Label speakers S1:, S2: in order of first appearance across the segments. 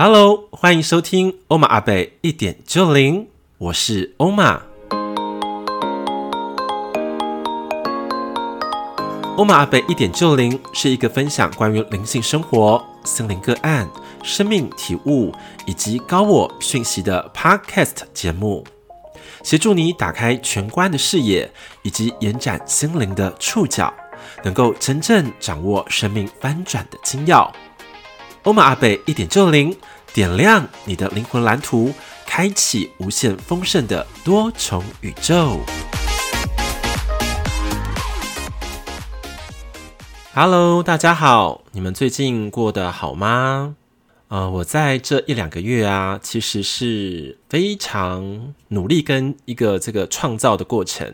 S1: Hello，欢迎收听欧玛阿贝一点就灵，我是欧玛。欧玛阿贝一点就灵是一个分享关于灵性生活、心灵个案、生命体悟以及高我讯息的 Podcast 节目，协助你打开全观的视野，以及延展心灵的触角，能够真正掌握生命翻转的精要。欧玛阿贝一点就灵，点亮你的灵魂蓝图，开启无限丰盛的多重宇宙。Hello，大家好，你们最近过得好吗？呃，我在这一两个月啊，其实是非常努力跟一个这个创造的过程，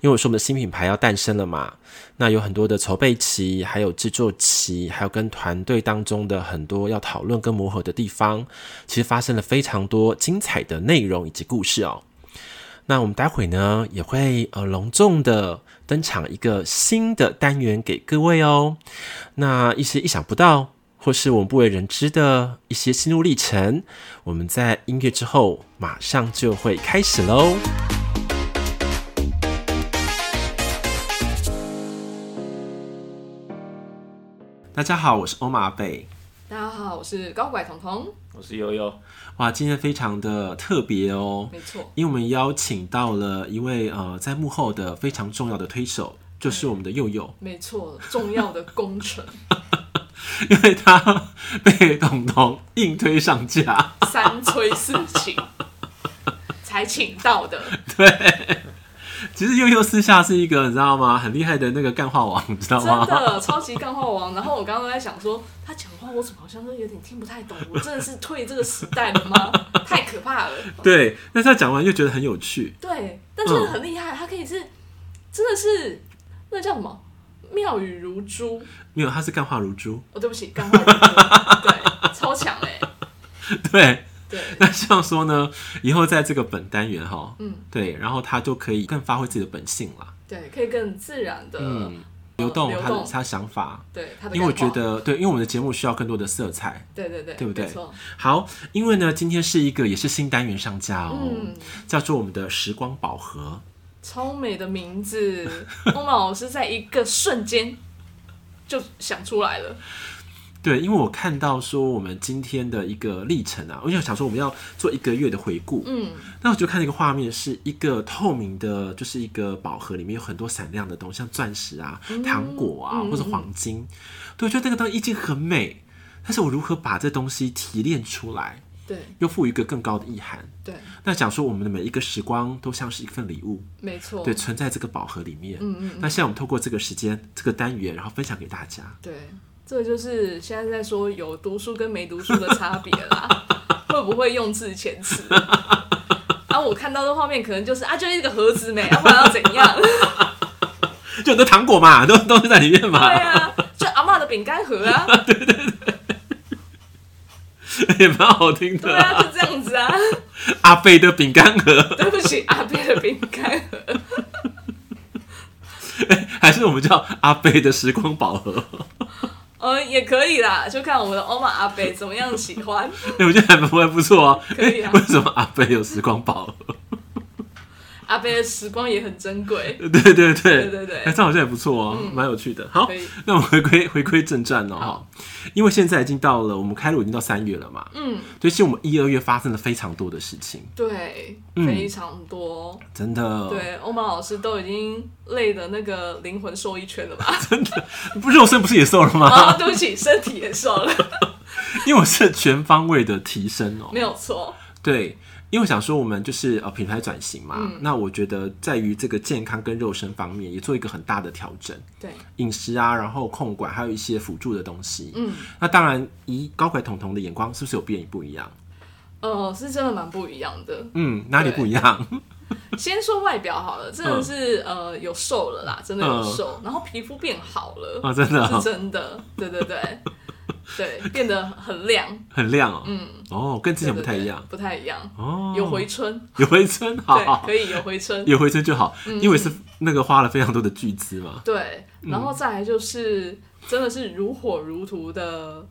S1: 因为我说我们的新品牌要诞生了嘛，那有很多的筹备期，还有制作期，还有跟团队当中的很多要讨论跟磨合的地方，其实发生了非常多精彩的内容以及故事哦。那我们待会呢也会呃隆重的登场一个新的单元给各位哦。那一些意想不到或是我们不为人知的一些心路历程，我们在音乐之后马上就会开始喽。大家好，我是欧马贝。
S2: 大家好，我是高拐彤彤。
S3: 我是悠悠，
S1: 哇，今天非常的特别哦，
S2: 没错，
S1: 因为我们邀请到了一位呃在幕后的非常重要的推手，就是我们的佑佑，
S2: 没错，重要的工程嗯
S1: 因为他被董彤硬推上架，
S2: 三催四请才请到的，
S1: 其实佑佑私下是一个你知道吗，很厉害的那个干话王，你知道
S2: 真
S1: 吗？
S2: 的超级干话王。然后我刚刚在想说，他讲话我怎么好像都有点听不太懂？我真的是退这个时代了吗？ 太可怕了。
S1: 对，但是他讲完又觉得很有趣，
S2: 对，但真的很厉害，他可以是真的是那叫什么妙语如珠。
S1: 没有，他是干话如珠，
S2: 哦，对不起，干话如珠，对，超强哎、
S1: 对。
S2: 对，
S1: 那希望说呢，以后在这个本单元哈，
S2: 嗯，
S1: 对，然后他就可以更发挥自己的本性啦，
S2: 对，可以更自然的，
S1: 嗯，流动
S2: 流
S1: 他的
S2: 动
S1: 他的想法，
S2: 对他的干话，
S1: 因为我觉得对，因为我们的节目需要更多的色彩，
S2: 对对对，
S1: 对不对
S2: 没错，
S1: 好，因为呢，今天是一个也是新单元上架哦，
S2: 嗯。
S1: 叫做我们的时光宝盒。
S2: 超美的名字， 欧玛老师在一个瞬间就想出来了。
S1: 对，因为我看到说我们今天的一个历程啊，我就想说我们要做一个月的回顾。
S2: 嗯，
S1: 那我就看那个画面，是一个透明的，就是一个宝盒，里面有很多闪亮的东西，像钻石啊、糖果啊，
S2: 嗯
S1: 或者黄金。对，我觉得那个东西已经很美，但是我如何把这东西提炼出来，
S2: 对
S1: 又赋予一个更高的意涵？
S2: 对，
S1: 那讲说我们的每一个时光都像是一份礼物，
S2: 没错，
S1: 对，存在这个宝盒里面。
S2: 嗯嗯嗯，
S1: 那现在我们透过这个时间、这个单元，然后分享给大家。
S2: 对，这个就是现在在说有读书跟没读书的差别 啦，会不会用字遣词？啊，我看到的画面可能就是啊，就是一个盒子没，啊，不然要怎样？
S1: 就很多糖果嘛，都都是在里面
S2: 对
S1: 嘛，
S2: 啊，就阿嬷的饼干盒啊，
S1: 也蛮好听
S2: 对
S1: 的啊、
S2: 啊，就这样子啊。
S1: 阿贝的饼干盒，
S2: 对不起，阿贝的饼干盒，
S1: 还是我们叫阿贝的时光宝 盒？
S2: 嗯，也可以啦，就看我们的欧玛阿贝怎么样喜欢。
S1: 哎我觉得还蛮还不错哦、
S2: 可以啊
S1: 哎为什么阿贝有时光宝盒？
S2: 阿贝的时光也很珍 贵。
S1: 对对对对
S2: 对对嗯
S1: 哎这好像也不错哦、蛮、有趣的。好
S2: 可以，
S1: 那我们回归回归正传哦、
S2: 好
S1: 因为现在已经到了我们开录已经到三月了嘛，
S2: 嗯，
S1: 所以其实我们一二月发生了非常多的事情，
S2: 对，
S1: 嗯
S2: 非常多。哦
S1: 真的，，
S2: 对，欧玛老师都已经累的那个灵魂瘦一圈 了吧？
S1: 不肉身不是也瘦了吗？
S2: 啊，对不起，身体也瘦了，
S1: 因为我是全方位的提升哦、
S2: 没有错。
S1: 对，因为我想说我们就是呃品牌转型嘛，
S2: 嗯
S1: 那我觉得在于这个健康跟肉身方面也做一个很大的调整，
S2: 对，
S1: 饮食啊，然后控管，还有一些辅助的东西。
S2: 嗯，
S1: 那当然，以高拐彤彤的眼光，是不是有变不一样？
S2: 呃，是真的蛮不一样的。
S1: 嗯，哪里不一样？
S2: 先说外表好了，真的是、呃有瘦了啦，真的有
S1: 嗯
S2: 瘦，然后皮肤变好了，
S1: 哦，真的哦、
S2: 是真的。对对对，对，变得很亮，
S1: 很亮哦。嗯，哦，跟之前不太一样
S2: 对对对不太一样，
S1: 哦。
S2: 有回春，
S1: 有回春，好好
S2: 对，嗯
S1: 好
S2: 可以有回春。
S1: 有回春就好，因为是那个花了非常多的巨资嘛。
S2: 对，
S1: 嗯
S2: 然后再来就是、真的是如火如荼的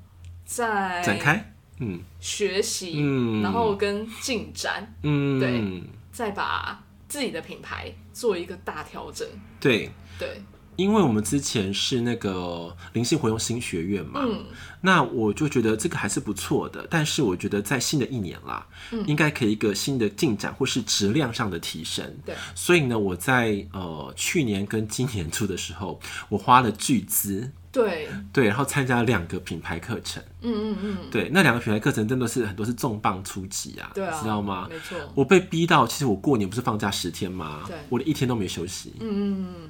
S2: 在
S1: 展开，嗯
S2: 学习，
S1: 嗯
S2: 然后跟进展，
S1: 嗯，
S2: 对再把自己的品牌做一个大调整。
S1: 对
S2: 对，
S1: 因为我们之前是那个灵性活用新学院嘛，
S2: 嗯，
S1: 那我就觉得这个还是不错的，但是我觉得在新的一年啦，
S2: 嗯
S1: 应该可以一个新的进展或是质量上的提升。
S2: 对，
S1: 所以呢，我在呃去年跟今年初的时候，我花了巨资，
S2: 对，
S1: 对，然后参加了两个品牌课程，
S2: 嗯嗯嗯，
S1: 对，那两个品牌课程真的是很多是重磅出击啊，
S2: 对啊，
S1: 知道吗？
S2: 没错，
S1: 我被逼到，其实我过年不是放假十天吗？
S2: 对
S1: 我连一天都没休息，
S2: 嗯嗯嗯，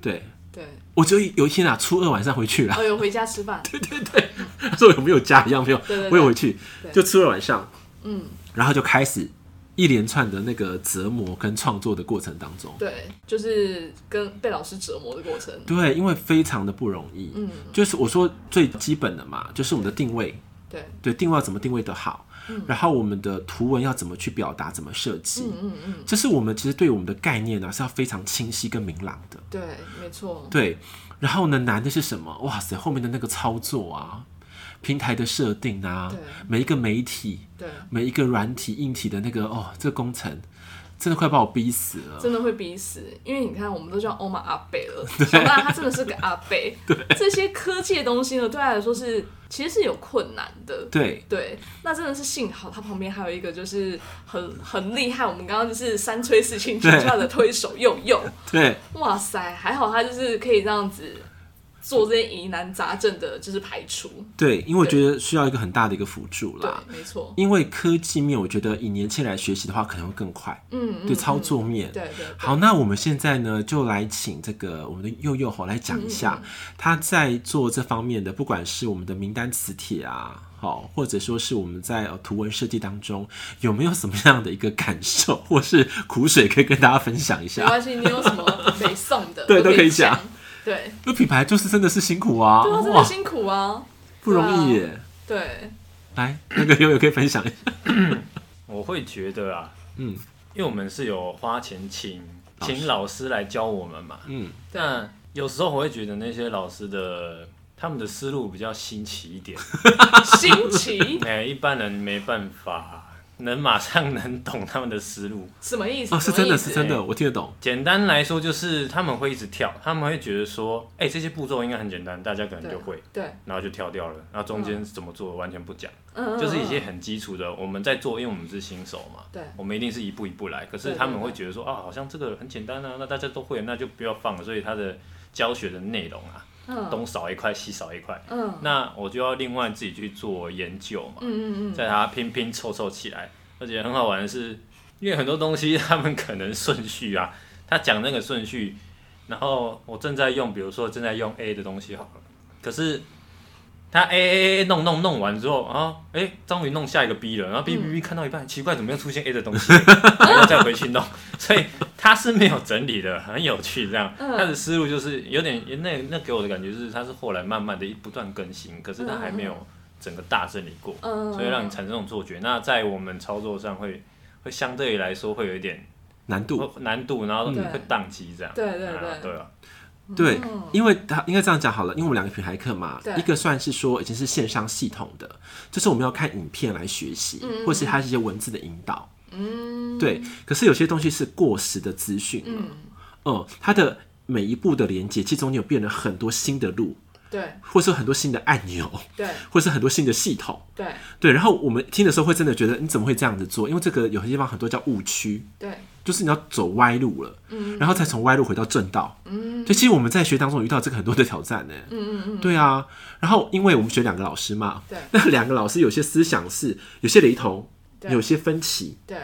S1: 对。
S2: 对。
S1: 我只有有一天啊，初二晚上回去啦。
S2: 哦，有回家吃饭，
S1: 他说有没有家一样没有，
S2: 对对对
S1: 我有回去，
S2: 对
S1: 就初二晚上，
S2: 嗯，
S1: 然后就开始一连串的那个折磨跟创作的过程当中，
S2: 对，就是跟被老师折磨的过程。
S1: 对，因为非常的不容易，
S2: 嗯，
S1: 就是我说最基本的嘛，就是我们的定位，
S2: 对，
S1: 对，定位要怎么定位的好，然后我们的图文要怎么去表达，怎么设计，
S2: 嗯嗯嗯，
S1: 这是我们其实对我们的概念啊呢、是要非常清晰跟明朗的，
S2: 对，没错，
S1: 对，然后呢，难的是什么？哇塞，后面的那个操作啊，平台的设定啊
S2: 对，
S1: 每一个媒体。
S2: 对，
S1: 每一个软体、硬体的那个哦，这个工程真的快把我逼死了。
S2: 真的会逼死，因为你看，我们都叫欧玛阿 贝了，小爸他真的是个阿贝。这些科技的东西呢，对他来说是其实是有困难的。
S1: 对
S2: 对，那真的是幸好他旁边还有一个就是很很厉害，我们刚刚就是三催四请之下的推手佑佑，
S1: 对
S2: 哇塞，还好他就是可以这样子做这些疑难杂症的，就是排除。
S1: 对，因为我觉得需要一个很大的一个辅助
S2: 对
S1: 啦。，
S2: 没错，
S1: 因为科技面，我觉得以年轻人来学习的话，可能会更快。
S2: 嗯，嗯
S1: 对，操作面。
S2: 对对对
S1: 好，那我们现在呢，就来请这个我们的佑佑吼来讲一
S2: 嗯
S1: 下，他在做这方面的，不管是我们的名单磁铁啊，好，或者说是我们在呃图文设计当中，有没有什么样的一个感受或是苦水可以跟大家分享一
S2: 没
S1: 下？
S2: 关系，你有什么北送的，
S1: 对
S2: 都
S1: 都可以讲
S2: 讲。对，
S1: 那品牌就是真的是辛苦啊，
S2: 对啊，真的
S1: 哇，
S2: 辛苦啊。
S1: 不容易耶。
S2: 对，
S1: 来，那个悠悠可以分享一下。
S3: 我会觉得啊，
S1: 嗯
S3: 因为我们是有花钱请请老师来教我们嘛，
S1: 嗯，
S3: 但有时候我会觉得那些老师的他们的思路比较新奇一点，
S2: 新奇
S3: 哎、一般人没办法能马上能懂他们的思路。
S2: 什么意思？
S1: 哦，是真的是
S2: 的。
S1: 真的，我听得懂。
S3: 简单来说，就是他们会一直跳，他们会觉得说，哎、这些步骤应该很简单，大家可能
S2: 对
S3: 就会，
S2: 对，
S3: 然后就跳掉了。然后中间怎么做完全不讲，
S2: 嗯，
S3: 就是一些
S2: 嗯
S3: 很基础的，我们在做，因为我们是新手嘛，
S2: 对
S3: 我们一定是一步一步来。可
S2: 对
S3: 是
S2: 对
S3: 他们会觉得说，啊，好像这个很简单啊，那大家都会，那就不要放了。所以他的教学的内容啊，
S2: 嗯
S3: 东少一块，西少一块。
S2: 嗯
S3: 那我就要另外自己去做研究嘛，
S2: 嗯嗯嗯，
S3: 再把它拼拼凑凑起来。而且很好玩的是，因为很多东西他们可能顺序啊，他讲那个顺序，然后我正在用，比如说正在用 A 的东西好了，可是他 A A A 弄弄弄完之后啊，哎、终于弄下一个 B
S2: 嗯
S3: 了，然后 B B B 看到一半，奇怪怎么又出现 A 的东西， 然后再回去弄， 所以他是没有整理的，很有趣这样。
S2: 嗯
S3: 他的思路就是有点那那给我的感觉就是他是后来慢慢的不断更新，可是他还没有整个大整理过。
S2: 嗯
S3: 所以让你产生这种错觉。那在我们操作上会会相对来说会有一点
S1: 难
S2: 哦
S1: 度
S3: 会难度，然嗯后
S2: 对
S3: 会宕机这样。
S2: 对对
S3: 啊
S2: 对
S3: 对啊，
S1: 对，因为他应该这样讲好了，因为我们两个品牌课嘛
S2: 哦对，
S1: 一个算是说已经是线上系统的，就是我们要看影片来学习
S2: 嗯嗯，
S1: 或是它是一些文字的引导。
S2: 嗯，
S1: 对，可是有些东西是过时的资讯了，嗯，它的每一步的连接，其实中间有变了很多新的路，
S2: 对
S1: 或是有很多新的按钮，
S2: 对
S1: 或是很多新的系统。
S2: 对
S1: 对，然后我们听的时候会真的觉得你怎么会这样子做？因为这个有些地方很多叫误区，
S2: 对，
S1: 就是你要走歪路了，嗯，然后再从歪路回到正道，嗯，就其实我们在学当中有遇到这个很多的挑战呢，嗯嗯嗯，对啊，然后因为我们学两个老师嘛，
S2: 对
S1: 那两个老师有些思想是有些雷同，
S2: 对
S1: 有些分歧，
S2: 对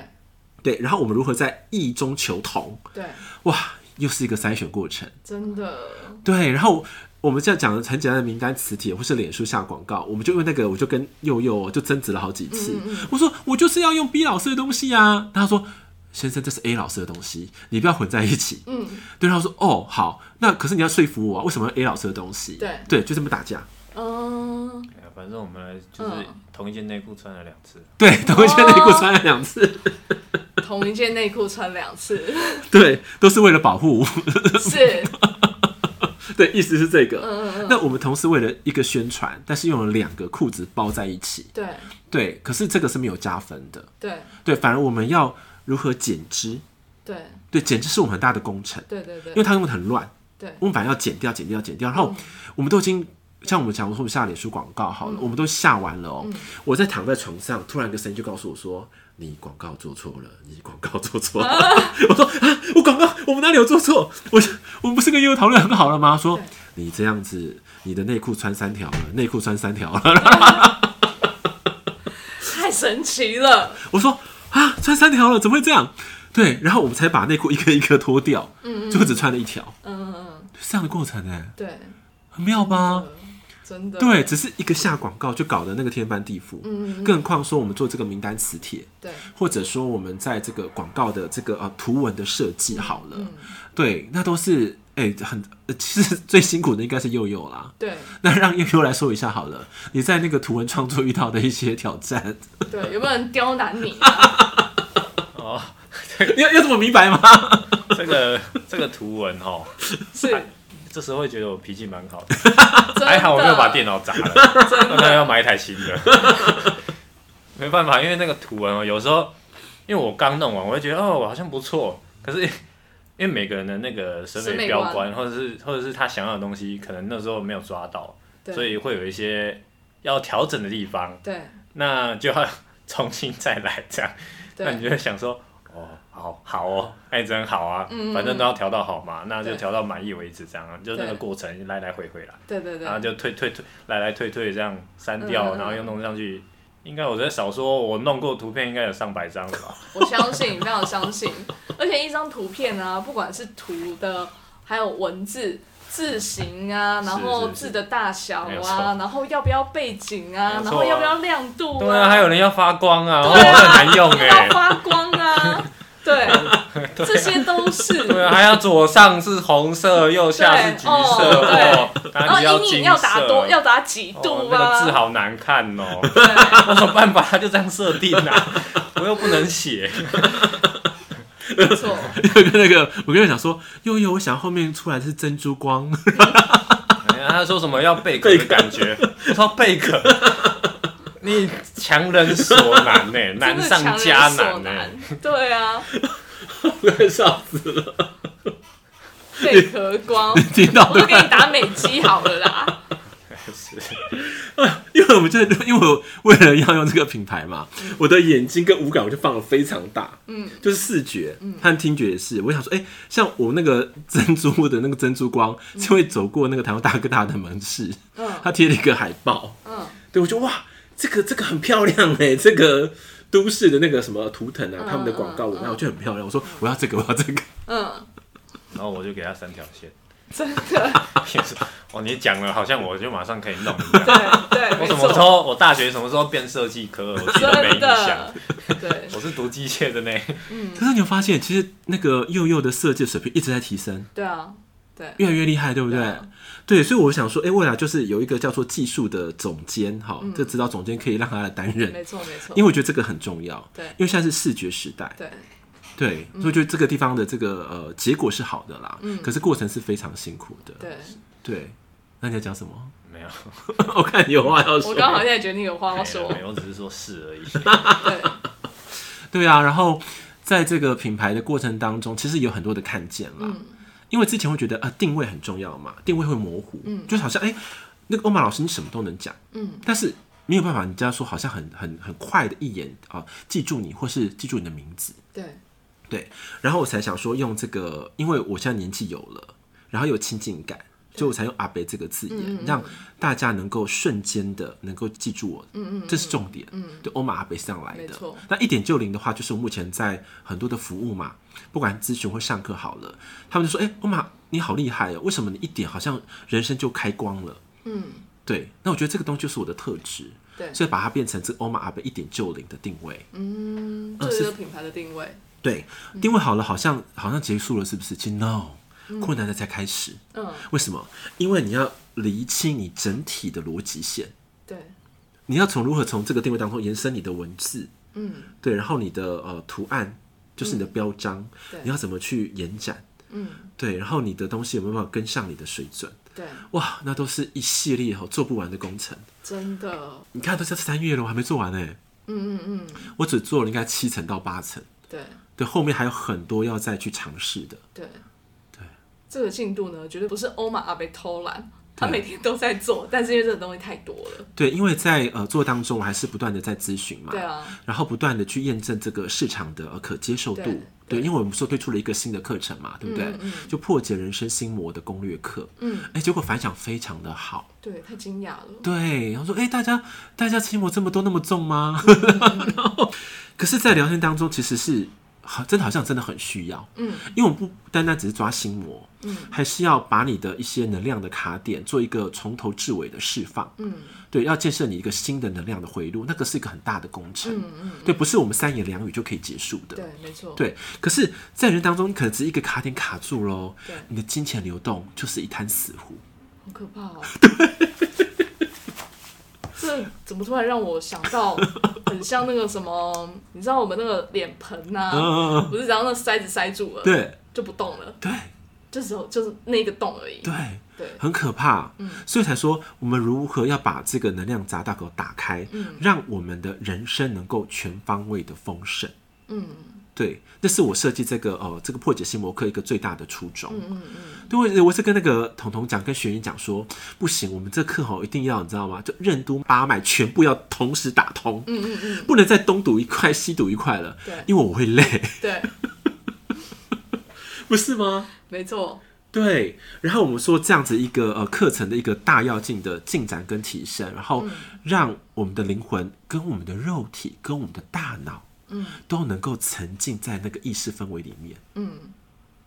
S1: 对，然后我们如何在异中求同，
S2: 对，
S1: 哇，又是一个筛选过程，
S2: 真的，
S1: 对，然后。我们这样讲的很简单的名单磁铁或是脸书下广告，我们就用那个，我就跟佑佑就争执了好几次。我说我就是要用 B 老师的东西啊，他说先生这是 A 老师的东西，你不要混在一起。
S2: 嗯，
S1: 对，然后说哦好，那可是你要说服我啊，为什么要 A 老师的东西？
S2: 对
S1: 对，就这么打架。
S2: 嗯，
S3: 哎呀反正我们就是
S2: 嗯
S3: 同一件内裤穿了两次。
S1: 对，同一件内裤穿了两次，
S2: 哦 同一件内裤穿两次，
S1: 对，都是为了保护
S2: 是，
S1: 对，意思是这个。
S2: 嗯嗯嗯，
S1: 那我们同时为了一个宣传，但是用了两个裤子包在一起，
S2: 对
S1: 对，可是这个是没有加分的，
S2: 对
S1: 对，反而我们要如何减脂？
S2: 对
S1: 对，减脂是我们很大的工程，
S2: 对对
S1: 因为
S2: 对
S1: 它用的很乱，
S2: 对
S1: 我们反而要减掉、减掉、减掉，然后
S2: 嗯
S1: 我们都已经。像我们讲，我们下脸书广告好了，我们都下完了哦、
S2: 嗯
S1: 我在躺在床上，突然一个声音就告诉我说：“你广告做错了，你广告做错了。 我说：“啊，我广告，我们哪里有做错？我我们不是跟业务讨论很好了吗？说
S2: 对
S1: 你这样子，你的内裤穿三条了，内裤穿三条了。”
S2: 太神奇了，
S1: 我说啊，穿三条了，怎么会这样？对，然后我们才把内裤一个一个脱掉，嗯，最后只穿了一条，
S2: 嗯嗯嗯，
S1: 是这样的过程哎，
S2: 对，
S1: 很妙吧？
S2: 真的，
S1: 对，只是一个下广告就搞得那个天翻地覆，嗯，更何况说我们做这个名单磁铁，
S2: 对
S1: 或者说我们在这个广告的这个呃图文的设计好了，对，那都是哎、很，呃其实 最辛苦的应该是佑佑啦。
S2: 对
S1: 那让佑佑来说一下好了，你在那个图文创作遇到的一些挑战，
S2: 对，有没有人刁难你啊？
S3: 哦，
S1: 要要这么明白吗？
S3: 这个这个图文哦，
S2: 是，
S3: 这时候会觉得我脾气蛮好的，
S2: 真的
S3: 还好我没有把电脑砸了，不然要买一台新的。 没办法，因为那个图文哦，有时候因为哦我刚弄完，我会觉得哦，我好像不错，可是因 因为每个人的那个审
S2: 审美
S3: 美标
S2: 观
S3: 观，或者是或者是他想要的东西，可能那时候没有抓到，
S2: 对
S3: 所以会有一些要调整的地方，
S2: 对
S3: 那就要重新再来这样。那你
S2: 对
S3: 就会想说，哦，好好哦，那也真好啊，
S2: 嗯
S3: 反正都要调到好嘛，那就
S2: 对
S3: 调到满意为止，这样啊就那个
S2: 对
S3: 过程来来回回啦，
S2: 对对
S3: 然后
S2: 对，
S3: 就退退退，来来退退这样删
S2: 嗯
S3: 掉，
S2: 嗯嗯
S3: 然后又弄上去。应该我在少说，我弄过图片应该有上百张了吧？
S2: 我相信，非常相信，而且一张图片啊，不管是图的，还有文字。字形啊，然后
S3: 是是是
S2: 字的大小
S3: 没有错
S2: 啊，然后要不要背景啊，
S3: 没有错
S2: 然
S3: 啊
S2: 后要不要亮度
S3: 对啊，还有人要发光啊，
S2: 对啊
S3: 哦很难用
S2: 要
S3: 哎。
S2: 发光啊，对， 这些都是。
S3: 对啊，还要左上是红色，右下
S2: 对
S3: 是橘色，
S2: 哦
S3: 哦，然
S2: 然后阴
S3: 金
S2: 影要打多，
S3: 色
S2: 要打几
S3: 哦
S2: 度
S3: 那个字
S2: 啊？
S3: 好难看哦。
S2: 对，
S3: 我有办法，他就这样设定啊，我又不能写。
S2: 没 错，
S1: 跟那个，我跟他讲说，悠悠，我想后面出来是珍珠 光，
S3: 哎呀他说什么要贝壳的感觉，我说贝壳，你强人所难呢、难
S2: 真的强
S3: 上
S2: 人
S3: 加
S2: 所
S3: 难欸呢、
S2: 难。对啊，
S1: 快笑死了！
S2: 贝壳光，
S1: 听到
S2: 我就
S1: 对
S2: 给你打美肌好了啦。
S3: 是
S1: 因为我们就因为我为了要用这个品牌嘛，
S2: 嗯
S1: 我的眼睛跟五感我就放的非常大，嗯，就是视觉
S2: 嗯
S1: 和听觉也是。我想说，哎、像我那个珍珠的那个珍珠光，就会走过那个台湾大哥大的门市，
S2: 嗯
S1: 他贴了一个海报，
S2: 嗯，
S1: 对我就哇，这个这个很漂亮哎、 这个都市的那个什么图腾啊，他们的广告文案，我觉得很漂亮。我说我要这个，我要这个。
S2: 嗯，
S3: 然后我就给他三条线，
S2: 真的，
S3: 也是 哦，你讲了，好像我就马上可以弄一样。
S2: 对对，
S3: 我
S2: 没
S3: 什么
S2: 错，
S3: 时候我大学什么时候变设计科，我自己都没
S2: 真
S3: 印象
S2: 的。，对
S3: 我是读机械的呢，
S2: 嗯
S1: 可是你有发现，其实那个佑佑的设计水平一直在提升，
S2: 对啊，对，
S1: 越来越厉害，对不对？
S2: 对啊
S1: 对，所以我想说，哎、未来就是有一个叫做技术的总监，哈、这指导总监可以让他来担任，
S2: 嗯没错没错
S1: 因为，我觉得这个很重要。
S2: 对
S1: 因为现在是视觉时代，
S2: 对
S1: 对，
S2: 嗯
S1: 所以我觉得这个地方的这个呃结果是好的啦，可是过程是非常辛苦的。
S2: 嗯对。
S1: 对那你要讲什么？
S3: 没有，
S1: 我看你有话要说。
S2: 我刚好现在决定有话
S3: 没
S2: 要
S3: 有
S2: 说，
S3: 没有，我只是说是 而已。
S2: 对
S1: 对啊，然后在这个品牌的过程当中，其实有很多的看见啦。因为之前会觉得啊、呃定位很重要嘛，定位会模糊，嗯，就是好像哎、那个欧玛老师你什么都能讲，嗯，但是没有办法，人家说好像很很很快的一眼啊、记住你或是记住你的名字，
S2: 对
S1: 对，然后我才想说用这个，因为我现在年纪有了，然后有亲近感，所以我才用阿北这个字眼，让大家能够瞬间的能够记住我，嗯嗯，这是重点，嗯，对，欧玛阿北是这样来
S2: 没
S1: 的
S2: 错。
S1: 那一点就零的话，就是我目前在很多的服务嘛，不管咨询或上课好了，他们就说，哎、欧玛你好厉害哦，为什么你一点好像人生就开光了？
S2: 嗯，
S1: 对，那我觉得这个东西就是我的特质，
S2: 对
S1: 所以把它变成这欧玛阿北一点就零的定位，
S2: 嗯，这就是品牌的定位，
S1: 对，定位好了，好像好像结束了，是不是？其实 no，困难的才开始。
S2: 嗯，
S1: 为什么？因为你要厘清你整体的逻辑线，
S2: 对
S1: 你要从如何从这个定位当中延伸你的文字，
S2: 嗯，
S1: 对，然后你的呃图案就是你的标章，
S2: 嗯对
S1: 你要怎么去延展，
S2: 嗯，
S1: 对，然后你的东西有没有办法跟上你的水准？
S2: 对，
S1: 哇，那都是一系列哦做不完的工程。
S2: 真的，
S1: 你看都是三月了，我还没做完呢，
S2: 嗯嗯嗯，
S1: 我只做了应该七层到八层，
S2: 对
S1: 对，后面还有很多要再去尝试的。
S2: 对对，这个进度呢，绝对不是欧玛阿被偷懒，他每天都在做， 但是因为这个东西太多了，
S1: 对，因为在呃做当中，我还是不断的在咨询嘛
S2: 对，啊，
S1: 然后不断的去验证这个市场的呃可接受
S2: 对
S1: 度。对，因为我们说推出了一个新的课程嘛，对不对？
S2: 嗯嗯
S1: 就破解人生心魔的攻略课，
S2: 嗯，
S1: 哎，结果反响非常的好。
S2: 对，太惊讶了，
S1: 对，然后说，哎，大家大家心魔这么多那么重吗？ 然后，可是，在聊天当中，其实是好，真的好像真的很需要，
S2: 嗯
S1: 因为我们不单单只是抓心魔，
S2: 嗯
S1: 还是要把你的一些能量的卡点做一个从头至尾的释放。
S2: 嗯
S1: 对，要建设你一个新的能量的回路，那个是一个很大的工程，
S2: 嗯嗯，
S1: 对，不是我们三言两语就可以结束的。
S2: 对，没错，
S1: 对，可是，在人当中，可能只是一个卡点卡住喽
S2: 对，
S1: 你的金钱流动就是一滩死湖。
S2: 好可怕 哦！这怎么突然让我想到，很像那个什么，你知道我们那个脸盆呐、
S1: 嗯嗯嗯，
S2: 不是只要那塞子塞住了，，
S1: 对
S2: 就不动了，
S1: 对
S2: 就只有就是那一个洞而已。
S1: 对，
S2: 对
S1: 很可怕。
S2: 嗯
S1: 所以才说我们如何要把这个能量闸大口打开，
S2: 嗯
S1: 让我们的人生能够全方位的丰盛。
S2: 嗯
S1: 对，那是我设计这个呃这个破解心魔课一个最大的初衷。
S2: 嗯嗯嗯，
S1: 对，我我是跟那个彤彤讲，跟学员讲说，不行，我们这课吼一定要，你知道吗？就任督八脉全部要同时打通，嗯嗯嗯，不能再东堵一块西堵一块了，
S2: 对
S1: 因为我会累，
S2: 对，
S1: 不是吗？
S2: 没错，
S1: 对，然后我们说这样子一个呃课程的一个大要进的进展跟提升，然
S2: 嗯
S1: 后让我们的灵魂跟我们的肉体跟我们的大脑，
S2: 嗯，
S1: 都能够沉浸在那个意识氛围里面。
S2: 嗯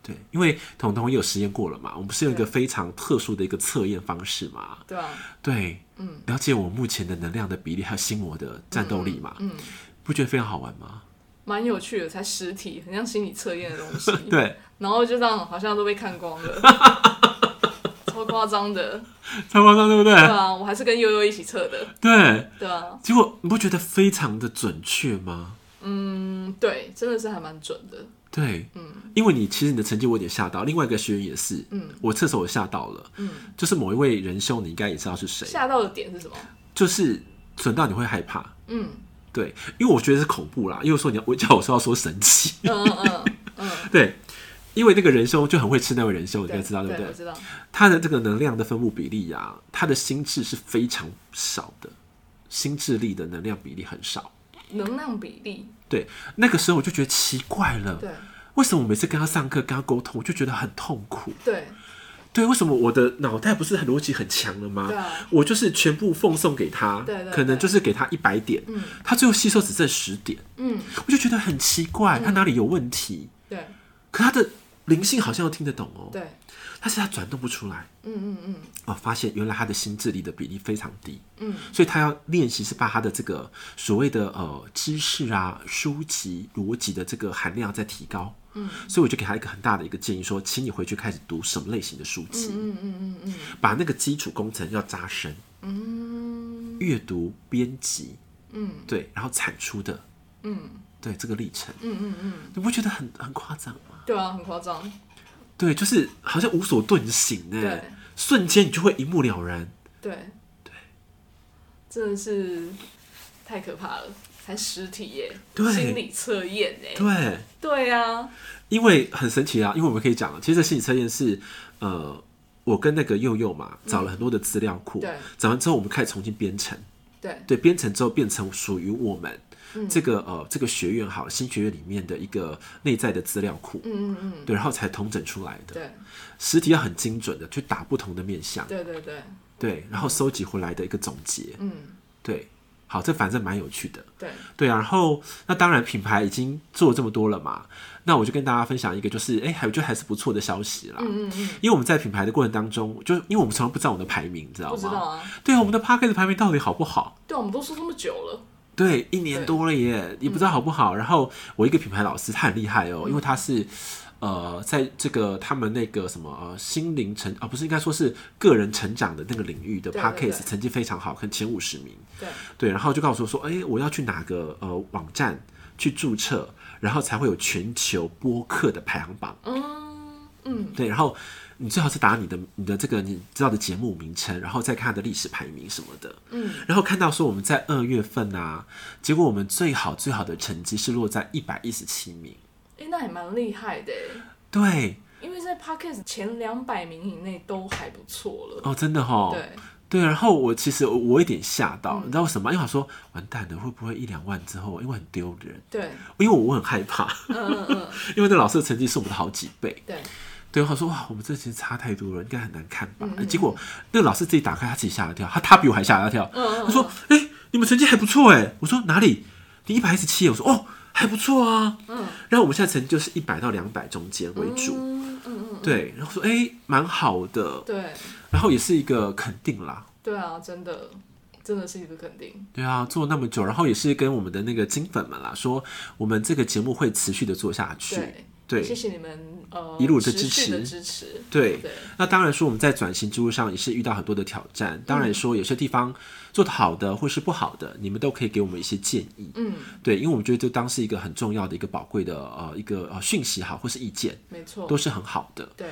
S1: 对，因为彤彤也有实验过了嘛，我们不是有一个
S2: 对
S1: 非常特殊的一个测验方式嘛？
S2: 对啊，
S1: 对，
S2: 嗯
S1: 了解我目前的能量的比例还有心魔的战斗力嘛，
S2: 嗯，
S1: 不觉得非常好玩吗？
S2: 蛮有趣的，才实体，很像心理测验的东西。，
S1: 对，
S2: 然后就这样，好像都被看 光了，超夸张的。
S1: 超夸张，对不对？
S2: 对啊，我还是跟悠悠一起测的。
S1: 对，
S2: 对啊，
S1: 结果你不觉得非常的准确吗？
S2: 嗯，对，真的是还蛮准的。
S1: 对，
S2: 嗯
S1: 因为你其实你的成绩我有点吓到，另外一个学员也是，
S2: 嗯
S1: 我厕所我吓到了，
S2: 嗯，
S1: 就是某一位仁兄，你应该也知道是谁，
S2: 吓到的点是什么？
S1: 就是准到你会害怕，
S2: 嗯
S1: 对，因为我觉得是恐怖啦，因为说你要我叫我说要说神奇，
S2: 嗯嗯嗯嗯，
S1: 对，因为那个仁兄就很会吃那位仁兄，你应该知道对
S2: 对
S1: 不
S2: 我
S1: 对？
S2: 知道。
S1: 他的这个能量的分布比例啊，他的心智是非常少的，心智力的能量比例很少。
S2: 能量比例，
S1: 对，那个时候我就觉得奇怪了，
S2: 对
S1: 为什么我每次跟他上课、跟他沟通，我就觉得很痛苦？
S2: 对
S1: 对，为什么我的脑袋不是很逻辑很强了吗
S2: 对？啊，
S1: 我就是全部奉送给他，
S2: 对对
S1: 可能
S2: 对
S1: 就是给他一百点，
S2: 嗯
S1: 他最后吸收只剩十点，
S2: 嗯，
S1: 我就觉得很奇怪，他哪里有问题？
S2: 对
S1: 可他的灵性好像又听得懂哦，
S2: 对，
S1: 但是他转动不出来。
S2: 嗯嗯嗯
S1: 哦，发现原来他的心智力的比例非常低，
S2: 嗯，
S1: 所以他要练习是把他的这个所谓的呃知识啊、书籍、逻辑的这个含量再提高。嗯，所以我就给他一个很大的一个建议说，请你回去开始读什么类型的书籍，
S2: 嗯嗯嗯嗯
S1: 把那个基础工程要扎深，
S2: 嗯
S1: 阅读、编辑，
S2: 嗯
S1: 对，然后产出的，
S2: 嗯
S1: 对这个历程，
S2: 嗯嗯，
S1: 你不觉得很很夸张吗？
S2: 对啊，很夸张，
S1: 对，就是好像无所遁形呢
S2: 对，
S1: 瞬间你就会一目了然。
S2: 对对，真的是太可怕了，才实体耶，
S1: 对
S2: 心理测验哎，
S1: 对，
S2: 对啊，
S1: 因为很神奇啊，因为我们可以讲了，其实这心理测验是，呃，我跟那个佑佑嘛，找了很多的资料库，
S2: 嗯对
S1: 找完之后我们开始重新编程，
S2: 对
S1: 对，编程之后变成属于我们、
S2: 嗯
S1: 这个呃这个学院好了新学院里面的一个内在的资料库，
S2: 嗯嗯嗯，
S1: 对，然后才统整出来的。
S2: 对
S1: 实体要很精准的去打不同的面向，
S2: 对对对，
S1: 对，然后收集回来的一个总结，
S2: 嗯
S1: 对，好，这反正蛮有趣的。
S2: 对，
S1: 对啊，然后那当然品牌已经做了这么多了嘛，那我就跟大家分享一个，就是哎，还有就还是不错的消息啦。
S2: 嗯嗯嗯。
S1: 因为我们在品牌的过程当中，就因为我们从来不知道我们的排名，你知道
S2: 不
S1: 吗？
S2: 知道啊，
S1: 对啊，我们的 p a c k e t 排名到底好不好？
S2: 对啊，我们都说这么久了，
S1: 对，一年多了耶，也不知道好不
S2: 嗯
S1: 好。然后我一个品牌老师，他很厉害哦，因为他是呃，在这个他们那个什么呃心灵成啊，不是应该说是个人成长的那个领域的 p
S2: 对
S1: a
S2: 对
S1: c k e
S2: 对
S1: t 成绩非常好，可能前五十名。
S2: 对
S1: 对，然后就告诉我说，哎、我要去哪个呃网站去注册，然后才会有全球播客的排行榜。
S2: 嗯嗯
S1: 对，然后你最好是打你的你的这个你知道的节目名称，然后再看它的历史排名什么的。嗯，然后看到说我们在二月份啊，结果我们最好最好的成绩是落在一百一十七名。
S2: 哎、那还蛮厉害的欸，
S1: 对，
S2: 因为在 podcast 前两百名以内都还不错了。
S1: 哦，真的哈。
S2: 对，
S1: 对，然后我其实我我有点吓到，你知道为什么吗？因为我想说完蛋了，会不会一两万之后，因为很丢人，
S2: 对，
S1: 因为我很害怕，
S2: 嗯嗯
S1: 因为那老师的成绩是我们的好几倍。
S2: 对，
S1: 对，我想说哇，我们这其实差太多了，应该很难看吧？哎
S2: 嗯嗯
S1: 结果那老师自己打开，他自己吓了一跳，他他比我还吓了一跳。
S2: 嗯
S1: 他说：“哎、你们成绩还不错哎。”我说：“哪里？你一百一十七？”我说：“哦，还不错啊。
S2: 嗯”
S1: 然后我们现在成绩就是一百到两百中间为主。
S2: 嗯嗯嗯，
S1: 对，然后说：“哎、蛮好的。
S2: 对，”
S1: 然后也是一个肯定啦。
S2: 对啊，真的，真的是一个肯定。
S1: 对啊，做那么久，然后也是跟我们的那个金粉们啦，说我们这个节目会持续的做下去。对
S2: 对，谢谢你们呃
S1: 一路的
S2: 持续的
S1: 支
S2: 支持。
S1: 对
S2: 对，
S1: 那当然说我们在转型之路上也是遇到很多的挑战，当然说有些地方做的好的或是不好的，你们都可以给我们一些建议。
S2: 嗯，
S1: 对，因为我们觉得就当是一个很重要的一个宝贵的呃一个呃讯息好，或是意见，
S2: 没错
S1: 都。是很好的。
S2: 对，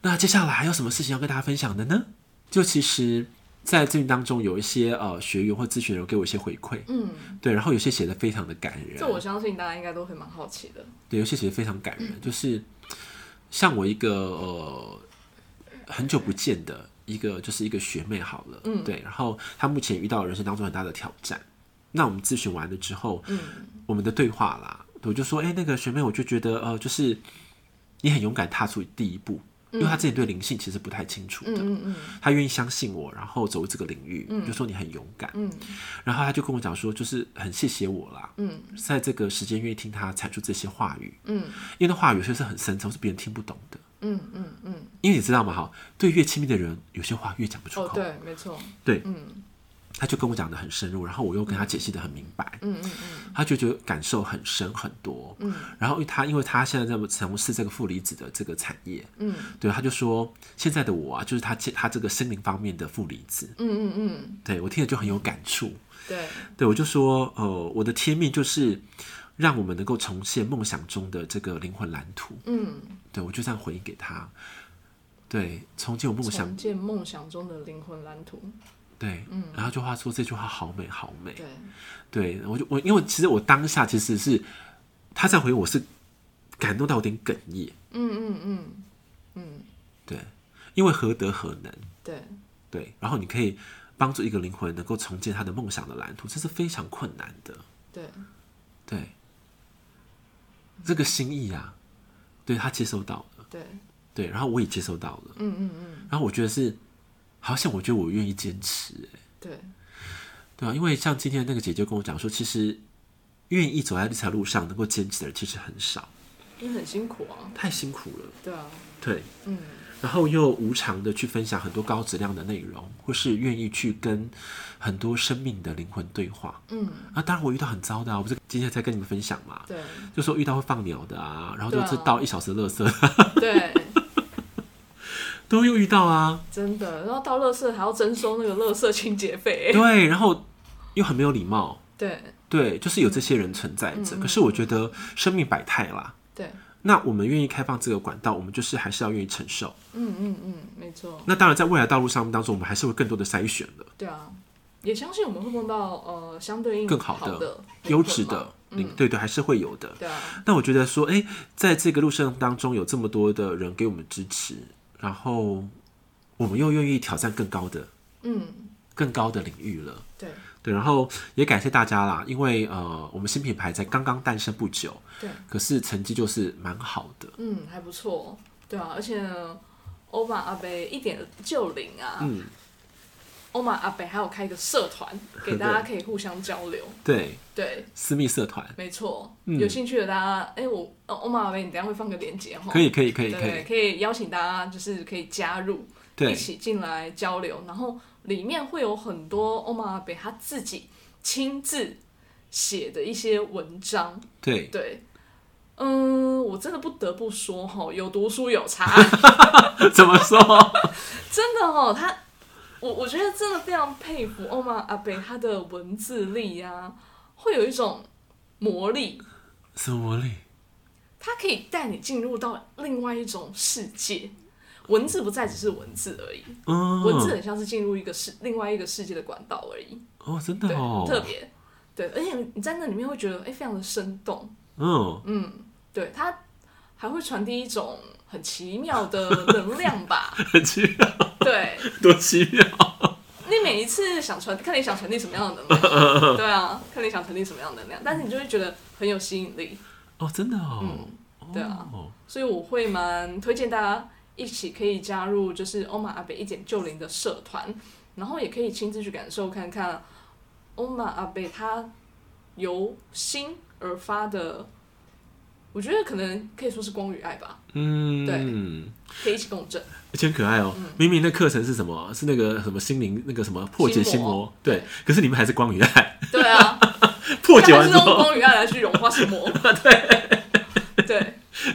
S1: 那接下来还有什么事情要跟大家分享的呢？就其实，在咨询当中有一些呃学员或咨询人给我一些回馈，
S2: 嗯，
S1: 对，然后有些写的非常的感人，
S2: 这我相信大家应该都会蛮好奇的。
S1: 对，有些其实非常感人，就是像我一个呃很久不见的一个就是一个学妹好了，
S2: 嗯
S1: 对，然后她目前遇到人生当中很大的挑战。那我们咨询完了之后，
S2: 嗯，
S1: 我们的对话啦，我就说，哎、那个学妹，我就觉得呃，就是你很勇敢踏出第一步，因为她自己对灵性其实不太清楚
S2: 嗯
S1: 的，
S2: 嗯嗯
S1: 她愿意相信我，然后走入这个领域，就说你很勇敢，
S2: 嗯
S1: 然后她就跟我讲说，就是很谢谢我啦，
S2: 嗯
S1: 在这个时间愿意听她阐述这些话语，
S2: 嗯
S1: 因为那话有些是很深层，是别人听不懂的。
S2: 嗯嗯嗯，
S1: 因为你知道吗？哈，对越亲密的人，有些话越讲不出
S2: 哦，
S1: 口。
S2: 对，没错。
S1: 对
S2: 嗯
S1: 他就跟我讲的很深入，然后我又跟他解析的很明白，
S2: 嗯嗯嗯
S1: 他就觉得感受很深很多。
S2: 嗯
S1: 然后因为他，因为他现在在从事这个负离子的这个产业，
S2: 嗯
S1: 对，他就说现在的我啊，就是他他这个心灵方面的负离子，
S2: 嗯嗯嗯，
S1: 对我听了就很有感触。
S2: 对，
S1: 对我就说，呃，我的天命就是让我们能够重现梦想中的这个灵魂蓝图。
S2: 嗯，
S1: 对我就这样回应给他，对，重建我梦想
S2: 重建梦想中的灵魂蓝图。
S1: 对，
S2: 嗯
S1: 然后就话说这句话好美好美，
S2: 对，
S1: 对我就我因为其实我当下其实是他这样回我是感动到有点哽咽，
S2: 嗯嗯嗯嗯，
S1: 对，因为何德何能，
S2: 对，
S1: 对，然后你可以帮助一个灵魂能够重建他的梦想的蓝图，这是非常困难的，
S2: 对，
S1: 对，这个心意啊，对他接收到了，
S2: 对，
S1: 对，然后我也接收到了，
S2: 嗯嗯嗯，
S1: 然后我觉得是好像我觉得我愿意坚持、欸，
S2: 对，
S1: 对啊，因为像今天那个姐姐跟我讲说，其实愿意走在这条路上能够坚持的人其实很少，
S2: 因为很辛苦啊。
S1: 太辛苦了。
S2: 对啊，
S1: 对，
S2: 嗯，
S1: 然后又无偿的去分享很多高质量的内容，或是愿意去跟很多生命的灵魂对话。
S2: 嗯，
S1: 啊，当然我遇到很糟的、啊，我不是今天才跟你们分享嘛，
S2: 对，
S1: 就说遇到会放鸟的啊，然后就
S2: 对啊
S1: 是倒一小时的垃圾、
S2: 嗯对，
S1: 都又遇到啊，
S2: 真的。然后到乐色还要征收那个乐色清洁费。
S1: 对，然后又很没有礼貌，
S2: 对，
S1: 对，就是有这些人存在
S2: 嗯
S1: 着。可是我觉得生命百态啦，
S2: 对，
S1: 那我们愿意开放这个管道，我们就是还是要愿意承受。
S2: 嗯嗯嗯，没错。
S1: 那当然，在未来道路上当中，我们还是会更多的筛选的，
S2: 对啊，也相信我们会碰到呃相对应嗯
S1: 更好
S2: 好
S1: 的
S2: 的
S1: 优质的，
S2: 灵魂嘛。
S1: 对对，还是会有的
S2: 嗯，。对啊，
S1: 那我觉得说，哎、在这个路上当中，有这么多的人给我们支持，然后我们又愿意挑战更高的、
S2: 嗯，
S1: 更高的领域了。
S2: 对
S1: 对，然后也感谢大家啦，因为呃，我们新品牌才刚刚诞生不久，
S2: 对，
S1: 可是成绩就是蛮好的。
S2: 嗯，还不错。对啊，而且欧巴阿贝一点就灵啊。
S1: 嗯，
S2: 欧玛阿北还有开一个社团，给大家可以互相交流。
S1: 对，
S2: 对，
S1: 私密社团
S2: 没错，
S1: 嗯
S2: 有兴趣的大家，哎、我呃欧玛阿北，你等一下会放个链接哈。
S1: 可以，可以，可以，
S2: 对，
S1: 可
S2: 对
S1: 以，
S2: 可以邀请大家，就是可以加入，一
S1: 对，
S2: 起进来交流，然后里面会有很多欧玛阿北他自己亲自写的一些文章。
S1: 对，
S2: 对，嗯，我真的不得不说哈，有读书有茶。
S1: 怎么说？
S2: 真的哦，他，我我觉得真的非常佩服欧玛阿北他的文字力啊，会有一种魔力，
S1: 什么魔力？
S2: 他可以带你进入到另外一种世界。文字不再只是文字而已，
S1: 嗯，
S2: 文字很像是进入一个世另外一个世界的管道而已，
S1: 哦，真的
S2: 对，很
S1: 哦，
S2: 特别，对，而且你在那里面会觉得哎、非常的生动，
S1: 嗯，
S2: 对，它还会传递一种很奇妙的能量吧，
S1: 很奇妙，
S2: 对。
S1: 多奇妙，
S2: 你每一次想传，看你想传递什么样的能量，对啊，看你想传递什么样的能量，但是你就会觉得很有吸引力，
S1: 哦，真的哦，
S2: 对啊
S1: 哦，
S2: 所以我会蛮推荐大家一起可以加入就是欧玛阿贝一点就零的社团，然后也可以亲自去感受看看欧玛阿贝他由心而发的，我觉得可能可以说是光与爱吧，
S1: 嗯，
S2: 对可以一起共振。
S1: 而且很可爱哦。
S2: 嗯
S1: 明明那课程是什么？是那个什么心灵那个什么破解心
S2: 心魔
S1: 对
S2: 对。
S1: 可是你们还是光与爱，
S2: 对啊，
S1: 破解
S2: 他还
S1: 完
S2: 是
S1: 之
S2: 用
S1: 后，
S2: 光与爱来去融化心魔。对。 对，啊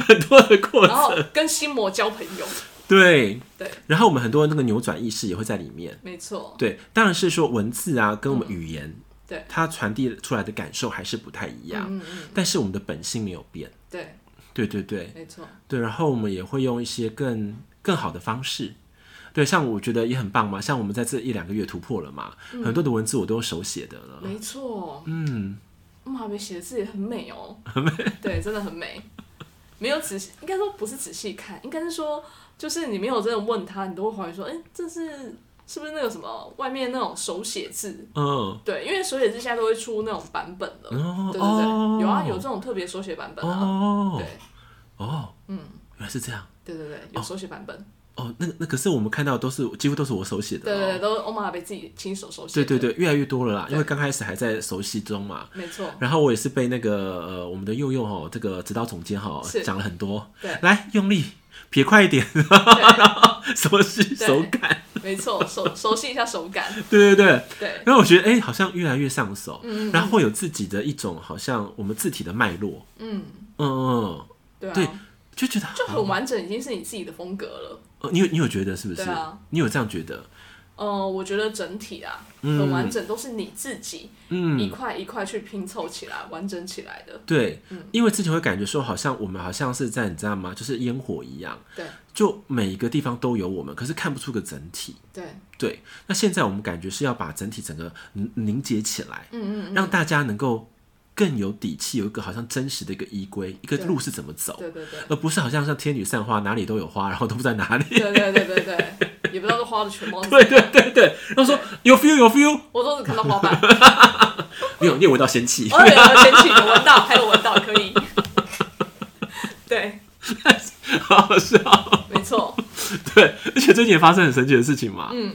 S1: 很多的过
S2: 然后
S1: 程，
S2: 跟心魔交朋友，
S1: 对。
S2: 对，
S1: 然后我们很多那个扭转意识也会在里面。
S2: 没错，
S1: 对，当然是说文字啊，跟我们语言，
S2: 嗯对
S1: 它传递出来的感受还是不太一样，
S2: 嗯嗯，
S1: 但是我们的本性没有变。
S2: 对，
S1: 对对对
S2: 没错，
S1: 对，然后我们也会用一些更更好的方式。对，像我觉得也很棒嘛，像我们在这一两个月突破了嘛，
S2: 嗯
S1: 很多的文字我都用手写的了。
S2: 没错，
S1: 嗯，
S2: 马北写的字也很美哦，很美， 对，真的很美。没有仔细，应该说不是仔细看，应该是说，就是你没有真的问他，你都会怀疑说，哎、这是是不是那个什么外面那种手写字？
S1: 嗯，
S2: 对，因为手写字现在都会出那种版本的，
S1: 哦
S2: 对对对，
S1: 哦
S2: 有啊，有这种特别手写版本啊，
S1: 哦
S2: 对，
S1: 哦，
S2: 嗯，
S1: 原来是这样。
S2: 对对对，有手写版本，
S1: 哦，那那可是我们看到的都是几乎都是我手写的、
S2: 对对对，
S1: 哦。
S2: 都是欧玛被自己亲手手写
S1: 对
S2: 的，
S1: 对对，越来越多了啦，
S2: 对
S1: 因为刚开始还在熟悉中嘛。
S2: 没错，
S1: 然后我也是被那个呃我们的佑佑哈，这个指导总监哈
S2: 是
S1: 讲了很多，
S2: 对
S1: 来用力撇快一点，
S2: 对，
S1: 什么是手感？
S2: 没错，手熟悉一下手感，
S1: 对对对。
S2: 对，
S1: 然后我觉得哎、好像越来越上手，
S2: 嗯嗯
S1: 然后会有自己的一种好像我们字体的脉络，
S2: 嗯，
S1: 嗯嗯，
S2: 对啊，
S1: 对就觉得
S2: 就
S1: 好
S2: 很完整，已经是你自己的风格了。
S1: 呃你有你有觉得是不是？
S2: 对啊
S1: 你有这样觉得？
S2: 呃，我觉得整体啊，
S1: 嗯
S2: 很完整，都是你自己
S1: 嗯，
S2: 一块一块去拼凑起来、完整起来的。
S1: 对
S2: 嗯，
S1: 因为之前会感觉说，好像我们好像是在你知道吗？就是烟火一样，
S2: 对
S1: 就每一个地方都有我们，可是看不出个整体。
S2: 对，
S1: 对，那现在我们感觉是要把整体整个凝凝结起来，
S2: 嗯嗯嗯，
S1: 让大家能够更有底气，有一个好像真实的一个依归，一个
S2: 对
S1: 路是怎么走，
S2: 对 对对。
S1: 而不是好像像天女散花，哪里都有花，然后都不知道哪里。
S2: 对对对对对，也不知道这花的全貌是
S1: 对
S2: 怎
S1: 对
S2: 样，
S1: 对对，然后说有 feel 有 feel，
S2: 我都只看到花瓣，
S1: 没有，你有闻到仙气，
S2: 哦，有有仙气，有闻到，还有闻到，可以。 对，
S1: 好好笑。
S2: 没错，
S1: 对，而且最近也发生很神奇的事情嘛。
S2: 嗯，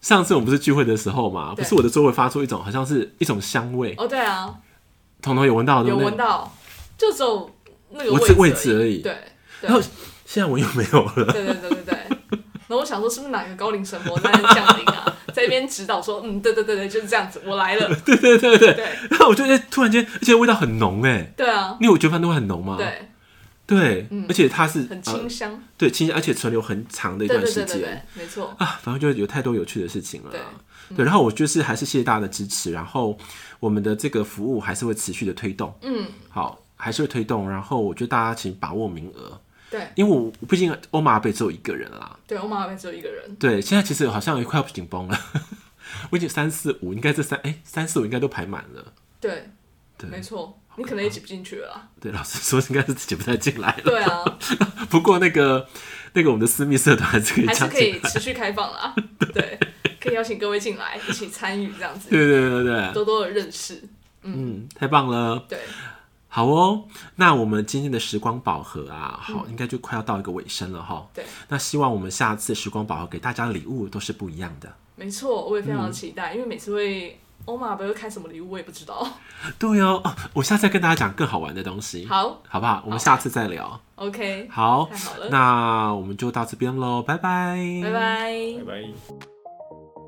S1: 上次我们不是聚会的时候嘛，
S2: 对
S1: 不是我的座位发出一种好像是一种香味，
S2: 哦对啊，
S1: 彤彤有闻到对
S2: 有
S1: 不对
S2: 闻？到，就只有那个
S1: 我只
S2: 位
S1: 位置而已
S2: 对，对
S1: 然后现在我又没有了，
S2: 对对对对对。然后我想说，是不是哪个高龄神佛在那降临啊，在那边指导说，嗯，对对对对，就是这样子，我来了。
S1: 对对对对。
S2: 对
S1: 然后我就觉得突然间，而且味道很浓哎，
S2: 对啊，
S1: 因为我觉得饭都很浓嘛。
S2: 对，
S1: 对
S2: 嗯
S1: 而且它是
S2: 很
S1: 呃
S2: 清香。
S1: 对清香，而且存留很长的一
S2: 对
S1: 段
S2: 对
S1: 时
S2: 对对对
S1: 间，
S2: 没错。
S1: 啊，反正就有太多有趣的事情了
S2: 对嗯
S1: 啦。对，然后我就是还是谢谢大家的支持，然后我们的这个服务还是会持续的推动，
S2: 嗯，
S1: 好，还是会推动。然后我觉得大家请把握名额，
S2: 对
S1: 因为我毕竟欧马贝只有一个人啦，
S2: 对，我马贝只有一个人。
S1: 对，现在其实好像也快要紧绷了， 我已经三四五，应该这三哎、三四五应该都排满了。
S2: 对，
S1: 对
S2: 没错，你可能也挤不进去 了啊。
S1: 对，老实说应该是挤不太进来了。
S2: 对啊，
S1: 不过那个那个我们的私密社团还是可以
S2: 还
S1: 加
S2: 是可
S1: 进
S2: 以
S1: 来。
S2: 持续开放 啦。对，可以邀请各位进来一起参与，这样子
S1: 对啊对对对对，
S2: 多多的认识。
S1: 嗯，太棒了，
S2: 对，
S1: 好哦。那我们今天的时光宝盒啊，好，
S2: 嗯
S1: 应该就快要到一个尾声了哈。
S2: 对，
S1: 那希望我们下次时光宝盒给大家的礼物都是不一样的。
S2: 没错，我也非
S1: 嗯
S2: 常的期待，因为每次会欧马贝会开什么礼物，我也不知道。
S1: 对哦，哦我下次再跟大家讲更好玩的东西，
S2: 好
S1: 好不好？我们下次再聊。
S2: ，OK，
S1: 好，
S2: 太好了
S1: 那我们就到这边喽，拜拜，
S2: 拜拜
S3: 拜。拜。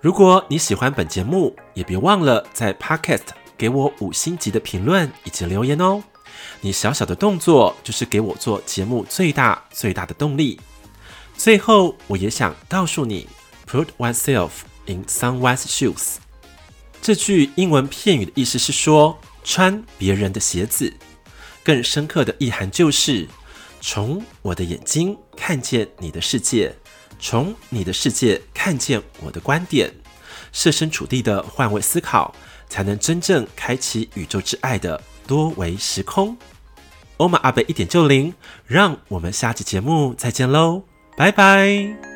S1: 如果你喜欢本节目，也别忘了在 Podcast 给我五星级的评论以及留言哦。你小小的动作就是给我做节目最大最大的动力。最后，我也想告诉你，Put oneself in someone's shoes。这句英文片语的意思是说穿别人的鞋子，更深刻的意涵就是从我的眼睛看见你的世界，从你的世界看见我的观点，设身处地的换位思考，才能真正开启宇宙之爱的多维时空。欧玛阿贝一点就灵，让我们下期节目再见喽，拜拜。